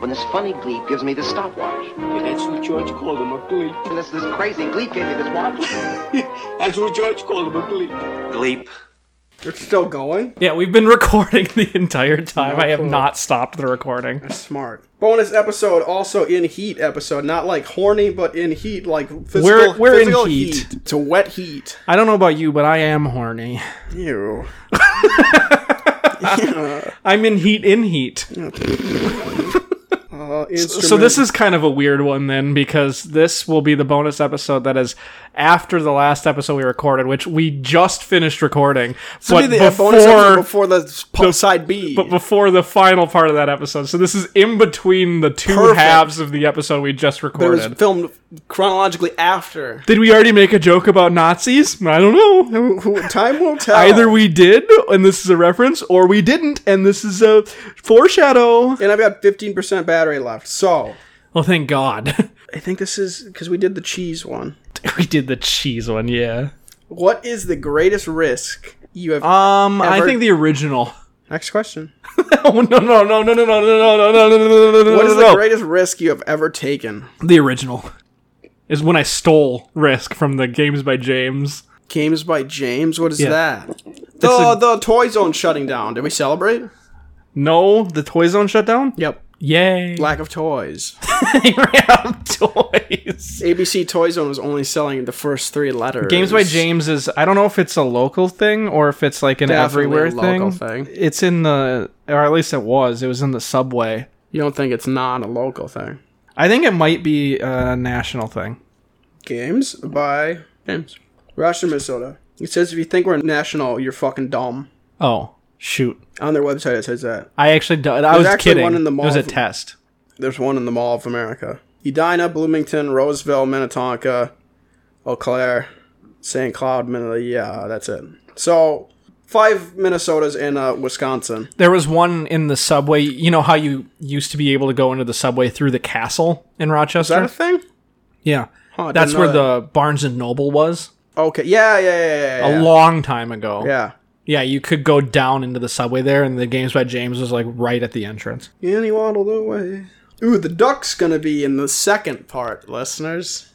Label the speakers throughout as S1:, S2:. S1: when this funny gleep gives me this stopwatch.
S2: Yeah, that's what George called him, a gleep.
S1: And this, this crazy gleep gave me this watch.
S2: That's what George called him, a gleep.
S3: Gleep.
S4: It's still going.
S5: Yeah, we've been recording the entire time. I have not stopped the recording.
S4: That's smart. Bonus episode, also in heat episode, not like horny, but in heat, like physical.
S5: We're- we're in
S4: physical
S5: heat.
S4: to wet heat.
S5: I don't know about you, but I am horny.
S4: Ew.
S5: I'm in heat in heat.
S4: Uh,
S5: So this is kind of a weird one then because this will be the bonus episode that is after the last episode we recorded, which we just finished recording. but
S4: the
S5: before,
S4: bonus episode before the pop side B.
S5: but before the final part of that episode. So this is in between the two
S4: Perfect.
S5: halves of the episode we just
S4: it was
S5: recorded.
S4: filmed chronologically after.
S5: Did we already make a joke about Nazis? I don't know.
S4: Who, who, time will tell.
S5: Either we did, and this is a reference, or we didn't, and this is a foreshadow.
S4: and I've got fifteen percent battery left, so
S5: Well, thank God.
S4: I think this is because we did the cheese one.
S5: we did the cheese one, yeah.
S4: What is the greatest risk you have?
S5: Um, I
S4: Ever-
S5: think the original.
S4: Next question.
S5: Oh no no no no no no no no no no no no no no
S4: What
S5: no
S4: is the
S5: no!
S4: greatest risk you have ever taken?
S5: The original is when I stole Risk from the Games by James.
S4: Games by James. What is
S5: Yeah.
S4: that? The
S5: a-
S4: the Toy Zone shutting down. Did we celebrate?
S5: No, the Toy Zone shut down.
S4: Yep.
S5: Yay!
S4: Lack of toys.
S5: They ran out of toys.
S4: ABC Toy Zone was only selling the first three letters.
S5: Games by James is I don't know if it's a local thing or if it's like an
S4: Definitely
S5: everywhere
S4: a local thing.
S5: It's in the or at least it was. It was in the subway.
S4: You don't think it's not a local thing?
S5: I think it might be a national thing.
S4: Games by James. Rochester, Minnesota. It says if you think we're national, you're fucking dumb.
S5: Oh shoot!
S4: On their website, it says that.
S5: I actually do- I was
S4: actually
S5: kidding.
S4: one in the
S5: it was
S4: mall
S5: a
S4: from-
S5: test.
S4: There's one in the Mall of America. Edina, Bloomington, Roseville, Minnetonka, Eau Claire, St. Cloud, Minnesota. Yeah, that's it. So, five Minnesotas and uh, Wisconsin.
S5: There was one in the subway. You know how you used to be able to go into the subway through the castle in
S4: Is that
S5: Rochester?
S4: a thing?
S5: yeah.
S4: Huh, I
S5: That's
S4: didn't know
S5: where the Barnes and Noble was
S4: that. Okay. Yeah, yeah, yeah, yeah. yeah,
S5: a long time ago.
S4: yeah.
S5: Yeah, you could go down into the subway there, and the Games by James was like right at the entrance.
S4: And he waddled away. Ooh, the duck's gonna be in the second part, listeners.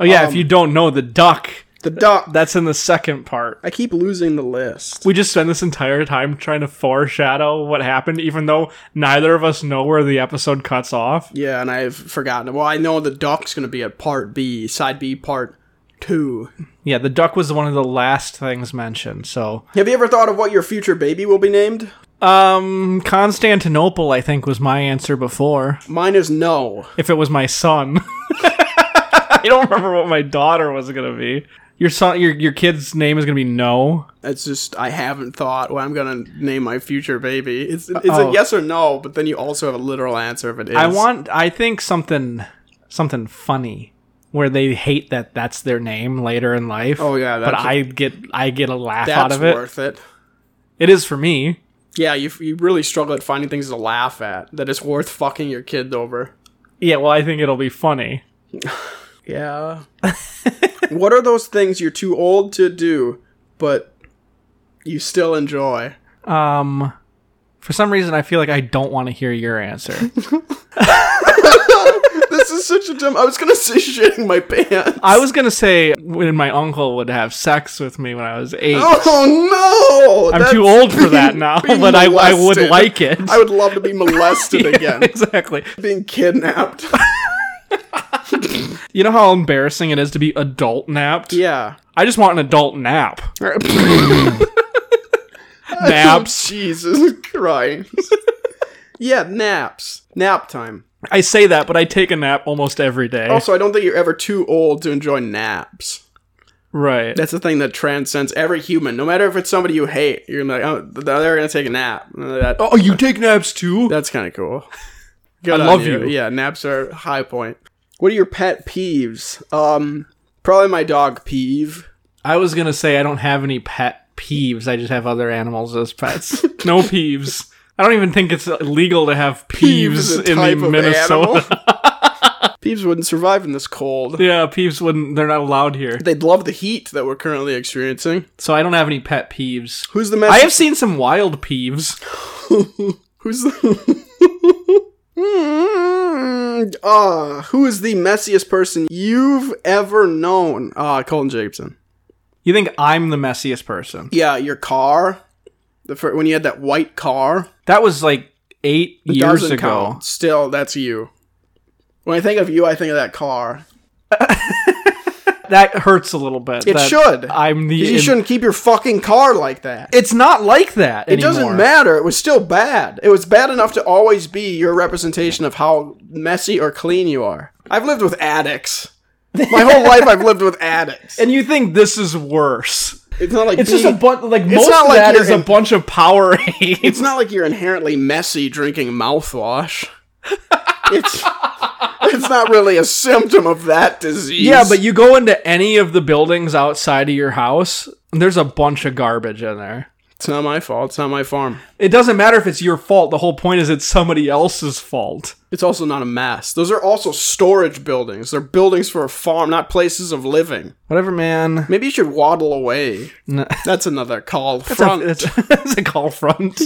S5: Oh, yeah, if you don't know, the duck,
S4: The duck.
S5: that's in the second part.
S4: I keep losing the list.
S5: We just spend this entire time trying to foreshadow what happened, even though neither of us know where the episode cuts off.
S4: Yeah, and I've forgotten. Well, I know the duck's gonna be at part B, side B, part two.
S5: Yeah, the duck was one of the last things mentioned, so.
S4: Have you ever thought of what your future baby will be named?
S5: Um, Constantinople, I think, was my answer before.
S4: Mine is no.
S5: If it was my son, I don't remember what my daughter was gonna be. Your son, your your kid's name is gonna be No.
S4: It's just I haven't thought what I'm gonna name my future baby. It's it's
S5: Oh.
S4: a yes or no, but then you also have a literal answer if it is.
S5: I want. I think something something funny where they hate that that's their name later in life.
S4: Oh, yeah,
S5: but
S4: that's-
S5: I get I get a laugh out
S4: that's
S5: of it.
S4: worth it.
S5: It is for me.
S4: Yeah, you you really struggle at finding things to laugh at that is worth fucking your kid over.
S5: Yeah. Well, I think it'll be funny.
S4: Yeah. what are those things you're too old to do, but you still enjoy?
S5: Um, for some reason, I feel like I don't want to hear your answer.
S4: This is such a dumb. I was gonna say shitting my pants.
S5: I was gonna say when my uncle would have sex with me when I was eight.
S4: Oh no!
S5: I'm too
S4: That's
S5: old for that
S4: being-
S5: now,
S4: being
S5: but I, I would
S4: molested.
S5: like it.
S4: I would love to be molested again.
S5: exactly.
S4: Being kidnapped.
S5: You know how embarrassing it is to be adult napped.
S4: yeah.
S5: I just want an adult nap. Naps.
S4: Jesus Christ. yeah, naps. Nap time.
S5: I say that, but I take a nap almost every day.
S4: Also, I don't think you're ever too old to enjoy naps.
S5: right.
S4: That's the thing that transcends every human. No matter if it's somebody you hate, you're gonna be like, oh, th- they're gonna take a nap. And That,
S5: Oh, you take naps too?
S4: that's kind of cool. Good on
S5: I love you.
S4: Yeah, naps are high point. What are your pet peeves? Um, probably my dog peeve.
S5: I was gonna say I don't have any pet peeves. I just have other animals as pets. no peeves. I don't even think it's legal to have peeves,
S4: is a
S5: in
S4: type
S5: the
S4: of
S5: Minnesota.
S4: animal. Peeves wouldn't survive in this cold.
S5: yeah, peeves wouldn't. They're not allowed here.
S4: They'd love the heat that we're currently experiencing.
S5: So I don't have any pet peeves.
S4: Who's the
S5: I
S4: message?
S5: have seen some wild peeves.
S4: Who's the Mm, uh, who is the messiest person you've ever known? Uh, Colton Jacobson.
S5: You think I'm the messiest person?
S4: Yeah, your car. The fir- when you had that white car.
S5: That was like eight
S4: It
S5: years
S4: doesn't
S5: ago.
S4: count. Still, that's you. When I think of you, I think of that car.
S5: That hurts a little bit.
S4: It
S5: that
S4: should.
S5: I'm the.
S4: You shouldn't keep your fucking car like that.
S5: It's not like that.
S4: It doesn't matter. It was still bad. It was bad enough to always be your representation of how messy or clean you are. I've lived with addicts. My whole life I've lived with addicts.
S5: And you think this is worse?
S4: It's not like
S5: It's
S4: being-
S5: just a bunch. Like most
S4: not
S5: of
S4: like
S5: that
S4: you're
S5: is a
S4: in-
S5: bunch of Powerade.
S4: It's not like you're inherently messy drinking mouthwash. it's it's not really a symptom of that disease.
S5: Yeah, but you go into any of the buildings outside of your house, and there's a bunch of garbage in there.
S4: it's not my fault. It's not my farm.
S5: It doesn't matter if it's your fault. The whole point is it's somebody else's fault.
S4: It's also not a mess. Those are also storage buildings. They're buildings for a farm, not places of living.
S5: Whatever, man.
S4: Maybe you should waddle away.
S5: No.
S4: That's another call.
S5: It's a-
S4: Front.
S5: It's it's a call front.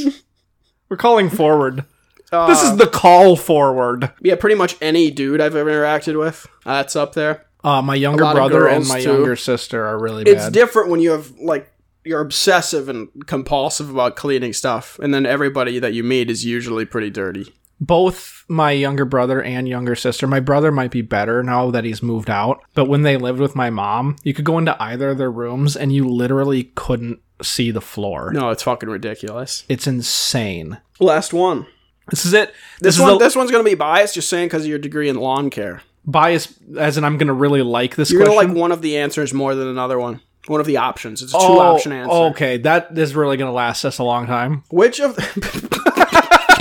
S5: We're calling forward.
S4: Uh,
S5: This is the call forward.
S4: yeah, pretty much any dude I've ever interacted with. Uh, that's up there.
S5: Uh, my younger
S4: lot of
S5: brother and
S4: girls,
S5: my
S4: too.
S5: younger sister are really
S4: It's
S5: bad.
S4: different when you have like you're obsessive and compulsive about cleaning stuff, and then everybody that you meet is usually pretty dirty.
S5: Both my younger brother and younger sister. My brother might be better now that he's moved out, but when they lived with my mom, you could go into either of their rooms and you literally couldn't see the floor.
S4: No, it's fucking ridiculous.
S5: It's insane.
S4: Last one.
S5: This is it.
S4: This,
S5: This, is
S4: one.
S5: the
S4: this one's gonna be biased. Just saying because of your degree in lawn care.
S5: bias, as in I'm gonna really like this
S4: You're
S5: question.
S4: gonna like one of the answers more than another one. One of the options. It's a
S5: Oh,
S4: two-option answer.
S5: Okay, that is really gonna last us a long time.
S4: Which of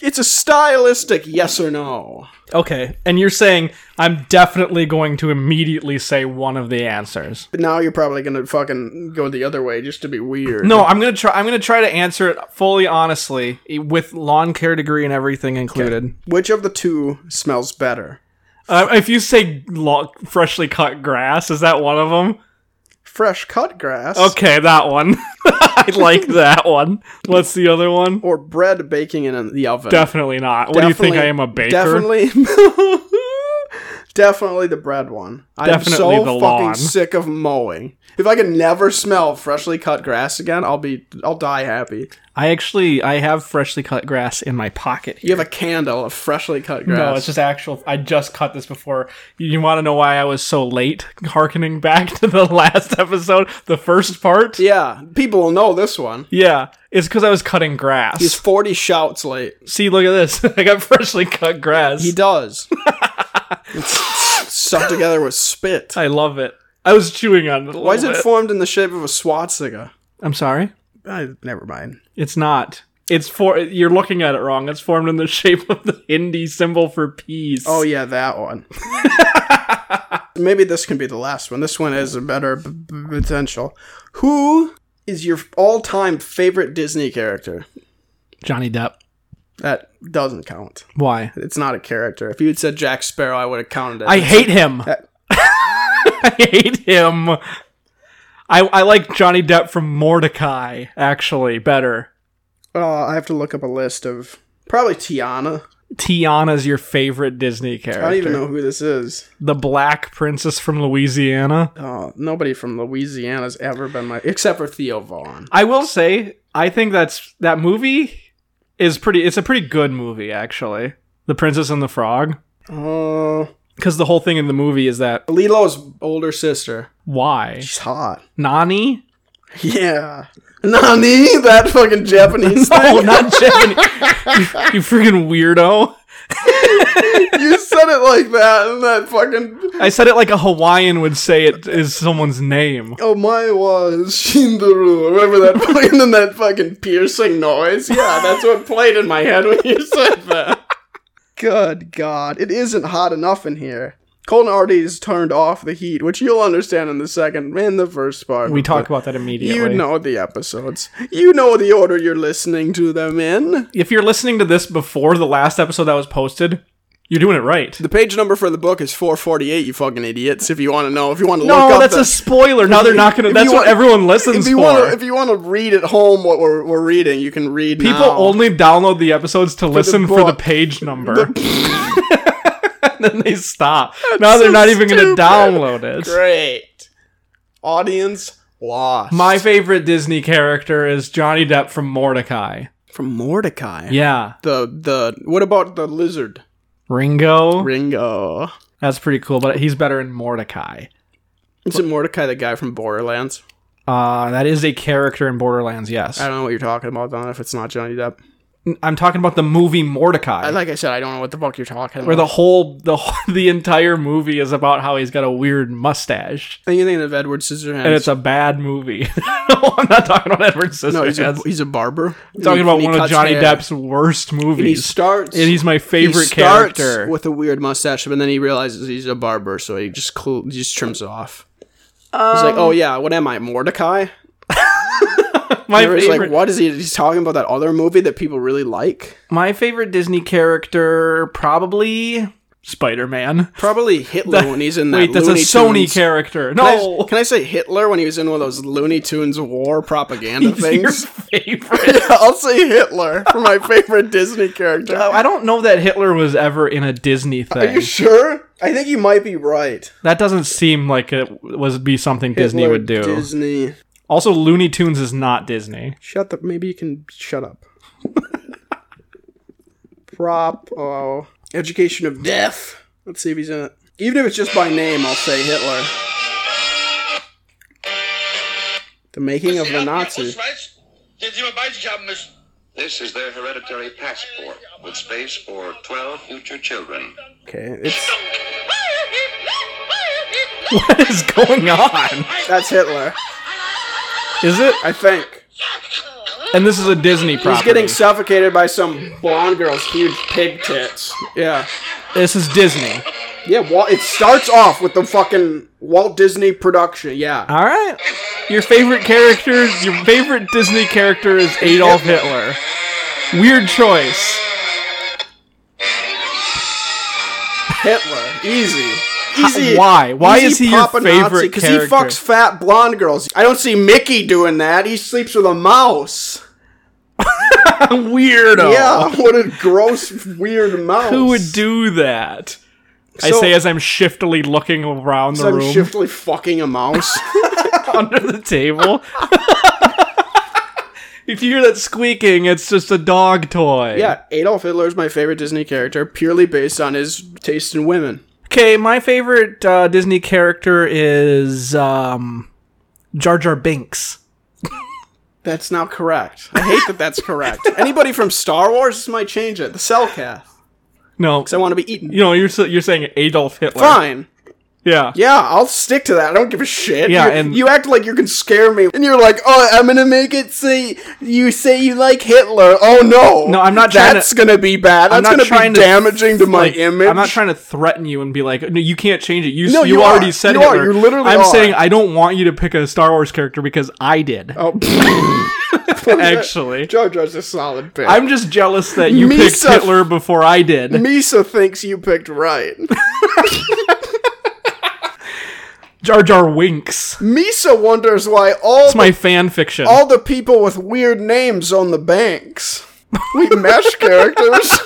S4: It's a stylistic yes or no.
S5: Okay, and you're saying I'm definitely going to immediately say one of the answers.
S4: But now you're probably gonna fucking go the other way just to be weird.
S5: No, I'm gonna try. I'm gonna try to answer it fully, honestly, e, with lawn care degree and everything included.
S4: Which of the two smells better?
S5: Uh, if you say lo- freshly cut grass, is that one of them?
S4: Fresh cut grass
S5: Okay, that one. I like that one. What's the other one?
S4: or bread baking in the oven?
S5: Definitely not. What do you think?
S4: Definitely-
S5: I am a baker.
S4: Definitely Definitely the bread one. I'm
S5: Definitely
S4: so
S5: the
S4: fucking
S5: lawn.
S4: sick of mowing. If I can never smell freshly cut grass again, I'll be I'll die happy.
S5: I actually I have freshly cut grass in my pocket.
S4: You have a candle of freshly cut grass.
S5: No, it's just actual. I just cut this before. You, want to know why I was so late? Harkening back to the last episode, the first part.
S4: Yeah, people will know this one.
S5: Yeah, it's because I was cutting grass.
S4: He's 40 shouts late.
S5: See, look at this. I got freshly cut grass.
S4: He does. it's stuck together with spit.
S5: I love it. I was chewing on it. A
S4: Why is it formed in the shape of a swastika?
S5: I'm sorry.
S4: I, Uh, never mind.
S5: It's not. It's for. You're looking at it wrong. It's formed in the shape of the Hindi symbol for peace.
S4: Oh, yeah, that one. Maybe this can be the last one. This one has a better b- b- potential. Who is your all time favorite Disney character?
S5: Johnny Depp.
S4: That doesn't count.
S5: Why?
S4: It's not a character. If you had said Jack Sparrow, I would have counted it.
S5: I hate him.
S4: Uh,
S5: I hate him. I, I like Johnny Depp from Mordecai actually better.
S4: Uh, I have to look up a list of probably Tiana.
S5: Tiana's your favorite Disney character.
S4: I don't even know who this is.
S5: The black princess from Louisiana.
S4: Oh, nobody from Louisiana's ever been my except for Theo Vaughn.
S5: I will say, I think that's that movie is pretty it's a pretty good movie actually. The Princess and the Frog.
S4: Oh,
S5: Because the whole thing in the movie is that
S4: Lilo's older sister.
S5: why?
S4: She's hot.
S5: Nani?
S4: Yeah. Nani, that fucking Japanese
S5: Oh,
S4: thing.
S5: not Japanese. you, you freaking weirdo.
S4: you said it like that, and that fucking.
S5: I said it like a Hawaiian would say it is someone's name.
S4: Oh my was Shindaru. Remember that fucking and that fucking piercing noise? Yeah, that's what played in my head when you said that. Good God, it isn't hot enough in here. Colton already has turned off the heat, which you'll understand in the second and the first part.
S5: We talk
S4: But-
S5: about that immediately.
S4: You know the episodes. You know the order you're listening to them in.
S5: If you're listening to this before the last episode that was posted, You're doing it right.
S4: The page number for the book is 448. You fucking idiots! If you want to know, if you want to look
S5: No,
S4: up
S5: that's
S4: the-
S5: a spoiler. Now they're not going to.
S4: If
S5: That's
S4: you
S5: what
S4: want-
S5: everyone listens
S4: if you
S5: for.
S4: Wanna, if you want to read at home what we're, we're reading, you can read.
S5: People
S4: now.
S5: only download the episodes to listen for the
S4: book.
S5: page number. and then they stop. now they're
S4: so
S5: not even going
S4: stupid.
S5: to download it.
S4: great audience lost.
S5: My favorite Disney character is Johnny Depp from Mordecai.
S4: from Mordecai.
S5: Yeah.
S4: The the what about the lizard
S5: Ringo.
S4: Ringo?
S5: That's pretty cool, but he's better in Mordecai.
S4: Is it Mordecai the guy from Borderlands?
S5: Uh, that is a character in Borderlands, yes.
S4: I don't know what you're talking about, Don. If it's not Johnny Depp,
S5: I'm talking about the movie Mordecai.
S4: I, like I said, I don't know what the fuck you're talking
S5: where
S4: about.
S5: the whole the whole- the entire movie is about how he's got a weird mustache,
S4: Where the anything of Edward Scissorhands?
S5: and it's a bad movie. no, I'm not talking about Edward Scissorhands.
S4: no, he's a, he's a barber.
S5: I'm talking about
S4: He
S5: one of
S4: cuts
S5: Johnny
S4: hair.
S5: Depp's worst
S4: And he
S5: movies,
S4: starts.
S5: and he's my
S4: he
S5: favorite
S4: starts
S5: character.
S4: with a weird mustache, but then he realizes he's a barber, so he just cl- he just trims it off. he's like, "Oh yeah, what am I, Mordecai?"
S5: my
S4: Everybody's
S5: favorite,
S4: like, "What is he? He's talking about that other movie that people really like."
S5: my favorite Disney character, probably Spider-Man.
S4: Probably Hitler when he's in that.
S5: Wait, that's a
S4: Looney
S5: Sony
S4: Tunes-
S5: character.
S4: Can I-
S5: No,
S4: Can I say Hitler when he was in one of those Looney Tunes war propaganda
S5: he's your
S4: things?
S5: favorite.
S4: Yeah, I'll say Hitler for my favorite Disney character.
S5: Oh, I don't know that Hitler was ever in a Disney
S4: Are you
S5: thing.
S4: sure? I think you might be right.
S5: that doesn't seem like it was be something Disney
S4: Hitler,
S5: would do.
S4: Disney.
S5: also, Looney Tunes is not Disney.
S4: Shut the. Maybe you can shut up. Prop. Oh. Education of Death. Let's see if he's in it. Even if it's just by name, I'll say Hitler. The making of the Nazi.
S3: This is their hereditary passport with space for 12 future children.
S4: Okay, it's
S5: What is going on?
S4: that's Hitler.
S5: Is it?
S4: I think
S5: And this is a Disney property.
S4: he's getting suffocated by some blonde girl's huge pig tits. Yeah,
S5: this is Disney.
S4: yeah. Walt, it starts off with the fucking Walt Disney production. Yeah,
S5: All right. Your favorite character, your favorite Disney character is Adolf Hitler. Weird choice.
S4: Hitler. Easy. Easy.
S5: why? Why is he your
S4: Papa Nazi,
S5: favorite
S4: he
S5: character?
S4: fucks fat blonde girls. I don't see Mickey doing that. He sleeps with a mouse.
S5: Weirdo.
S4: Yeah, what a gross, weird mouse.
S5: Who would do that? I
S4: So-
S5: say as I'm shiftily looking around the
S4: Some
S5: room
S4: shiftly fucking a mouse.
S5: under the table. if you hear that squeaking, it's just a dog toy.
S4: yeah, Adolf Hitler is my favorite Disney character, purely based on his taste in women.
S5: Okay, my favorite uh, Disney character is um, Jar Jar Binks.
S4: That's not correct. I hate that that's correct. Anybody from Star Wars might change it. The Cellcath.
S5: No,
S4: Because I want to be eaten.
S5: you know you're s- you're saying Adolf Hitler.
S4: Fine.
S5: Yeah.
S4: Yeah, I'll stick to that. I don't give a shit.
S5: Yeah,
S4: you,
S5: and-
S4: you act like you can scare me, and you're like, "Oh, I'm gonna make it say you say you like Hitler." Oh no,
S5: No, I'm not trying to-
S4: That's gonna be bad. That's gonna be damaging to my
S5: like,
S4: image.
S5: I'm not trying to threaten you and be like, no, you can't change it. You
S4: No,
S5: you,
S4: you are.
S5: already said
S4: You are.
S5: Hitler.
S4: You literally
S5: I'm
S4: are.
S5: saying I don't want you to pick a Star Wars character because I did.
S4: Oh,
S5: actually,
S4: Jar Jar's a solid pick.
S5: I'm just jealous that you
S4: Misa-
S5: picked Hitler before I did.
S4: Misa thinks you picked right.
S5: Jar Jar Winks.
S4: Misa wonders why all
S5: It's my fan fiction.
S4: all the people with weird names on the banks. We mesh characters.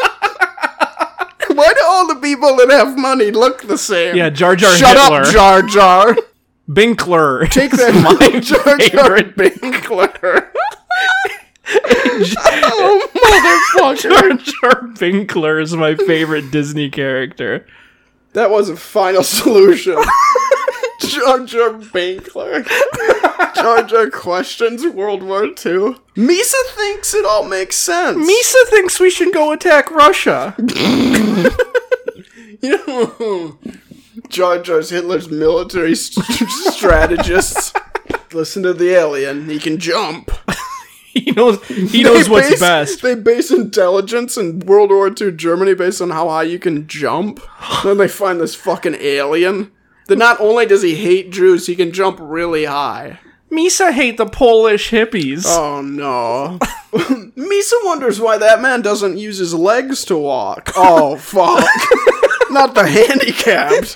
S4: Why do all the people that have money look the same?
S5: Yeah, Jar Jar
S4: Shut up,
S5: Hitler.
S4: Jar Jar.
S5: Binkler.
S4: Take that, my Jar Jar Binkler. oh
S5: Jar
S4: motherfucker!
S5: Jar Binkler is my favorite Disney character.
S4: That was a final solution. Jar Jar Binkler. Jar Jar questions World War II. Misa thinks it all makes sense.
S5: Misa thinks we should go attack Russia.
S4: You know, Jar Jar's Hitler's military st- strategist. Listen to the alien. He can jump.
S5: He knows he knows
S4: They
S5: what's
S4: base-
S5: best.
S4: They base intelligence in World War II Germany based on how high you can jump. then they find this fucking alien. That not only does he hate Jews, he can jump really high.
S5: Misa hate the Polish hippies.
S4: Oh no. Misa wonders why that man doesn't use his legs to walk. Oh, fuck. Not the handicapped.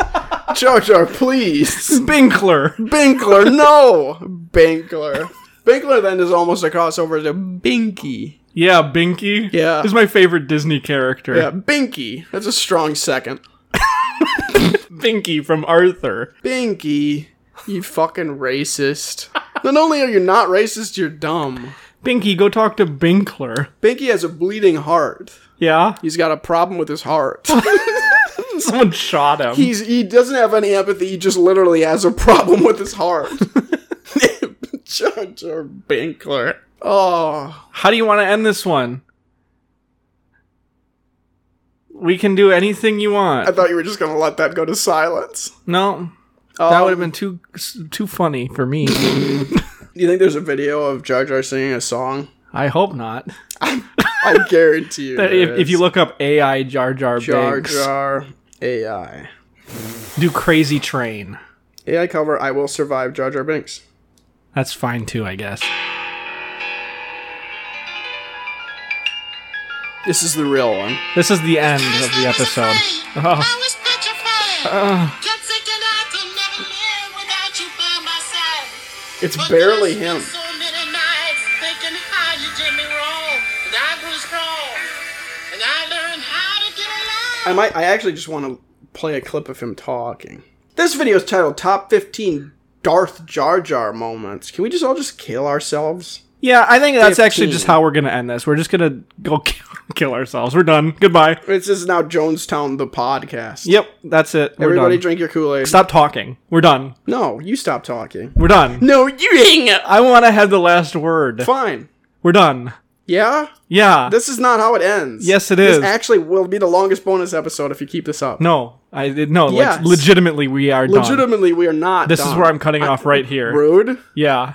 S4: Jojo, please.
S5: Binkler.
S4: Binkler, no! Binkler. Binkler then is almost a crossover to Binky.
S5: Yeah, Binky.
S4: Yeah.
S5: Is my favorite Disney character.
S4: Yeah, Binky. That's a strong second.
S5: Binky from Arthur.
S4: Binky, you fucking racist. Not only are you not racist, you're dumb.
S5: Binky, go talk to Binkler.
S4: Binky has a bleeding heart.
S5: Yeah?
S4: He's got a problem with his heart.
S5: Someone shot him.
S4: He's he doesn't have any empathy. He just literally has a problem with his heart. Judge or Binkler. Oh,
S5: How do you want to end this one? We can do anything you want.
S4: I thought you were just gonna let that go to silence.
S5: no.
S4: Oh,
S5: That would have been too too funny for me.
S4: Do you think there's a video of Jar Jar singing a song?
S5: I hope not.
S4: I guarantee you.
S5: That
S4: there
S5: if, if you
S4: is.
S5: look up AI Jar Jar,
S4: Jar
S5: Binks,
S4: Jar AI
S5: do Crazy Train.
S4: AI cover, I will survive Jar Jar Binks.
S5: That's fine too, I guess.
S4: This is the real one.
S5: This is the end of the episode.
S6: Oh.
S5: Oh,
S4: It's barely him.
S6: So many nights thinking how you did me wrong, and I grew strong, and I learned how to get
S4: I
S6: along.
S4: might. I actually just want to play a clip of him talking. This video is titled "Top 15 Darth Jar Jar Moments." Can we just all just kill ourselves?
S5: yeah. I think that's actually
S4: 15.
S5: just how we're gonna end this. We're just gonna go kill, kill ourselves. We're done. Goodbye.
S4: This is now Jonestown the podcast.
S5: Yep, that's it. We're
S4: Everybody
S5: done.
S4: drink your Kool Aid.
S5: Stop talking. We're done.
S4: No, you stop talking.
S5: We're done.
S4: No, you hang up.
S5: I want to have the last word.
S4: Fine.
S5: We're done.
S4: Yeah.
S5: Yeah.
S4: This is not how it ends.
S5: Yes, it is.
S4: This actually will be the longest bonus episode if you keep this up.
S5: no, I did no. like,
S4: Yes.
S5: legitimately, we are done.
S4: Legitimately, we are not.
S5: This is
S4: done.
S5: where I'm cutting off right here.
S4: Rude.
S5: Yeah.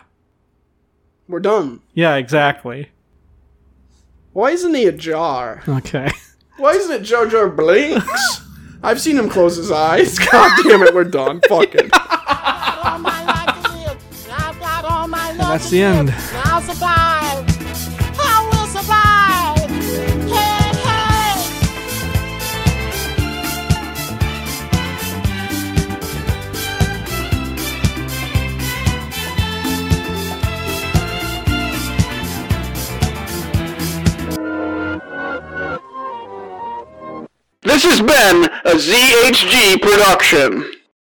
S4: We're done.
S5: Yeah. Exactly.
S4: Why isn't he a jar?
S5: Okay.
S4: Why isn't it Jar Jar Blinks? I've seen him close his eyes. God damn it, we're done. Fuck it.
S6: All my life to live, and I've got all my love
S5: that's
S6: to
S5: the
S6: give,
S5: end.
S6: and I'll survive. I will survive. Hey, hey.
S1: This has been a ZHG production.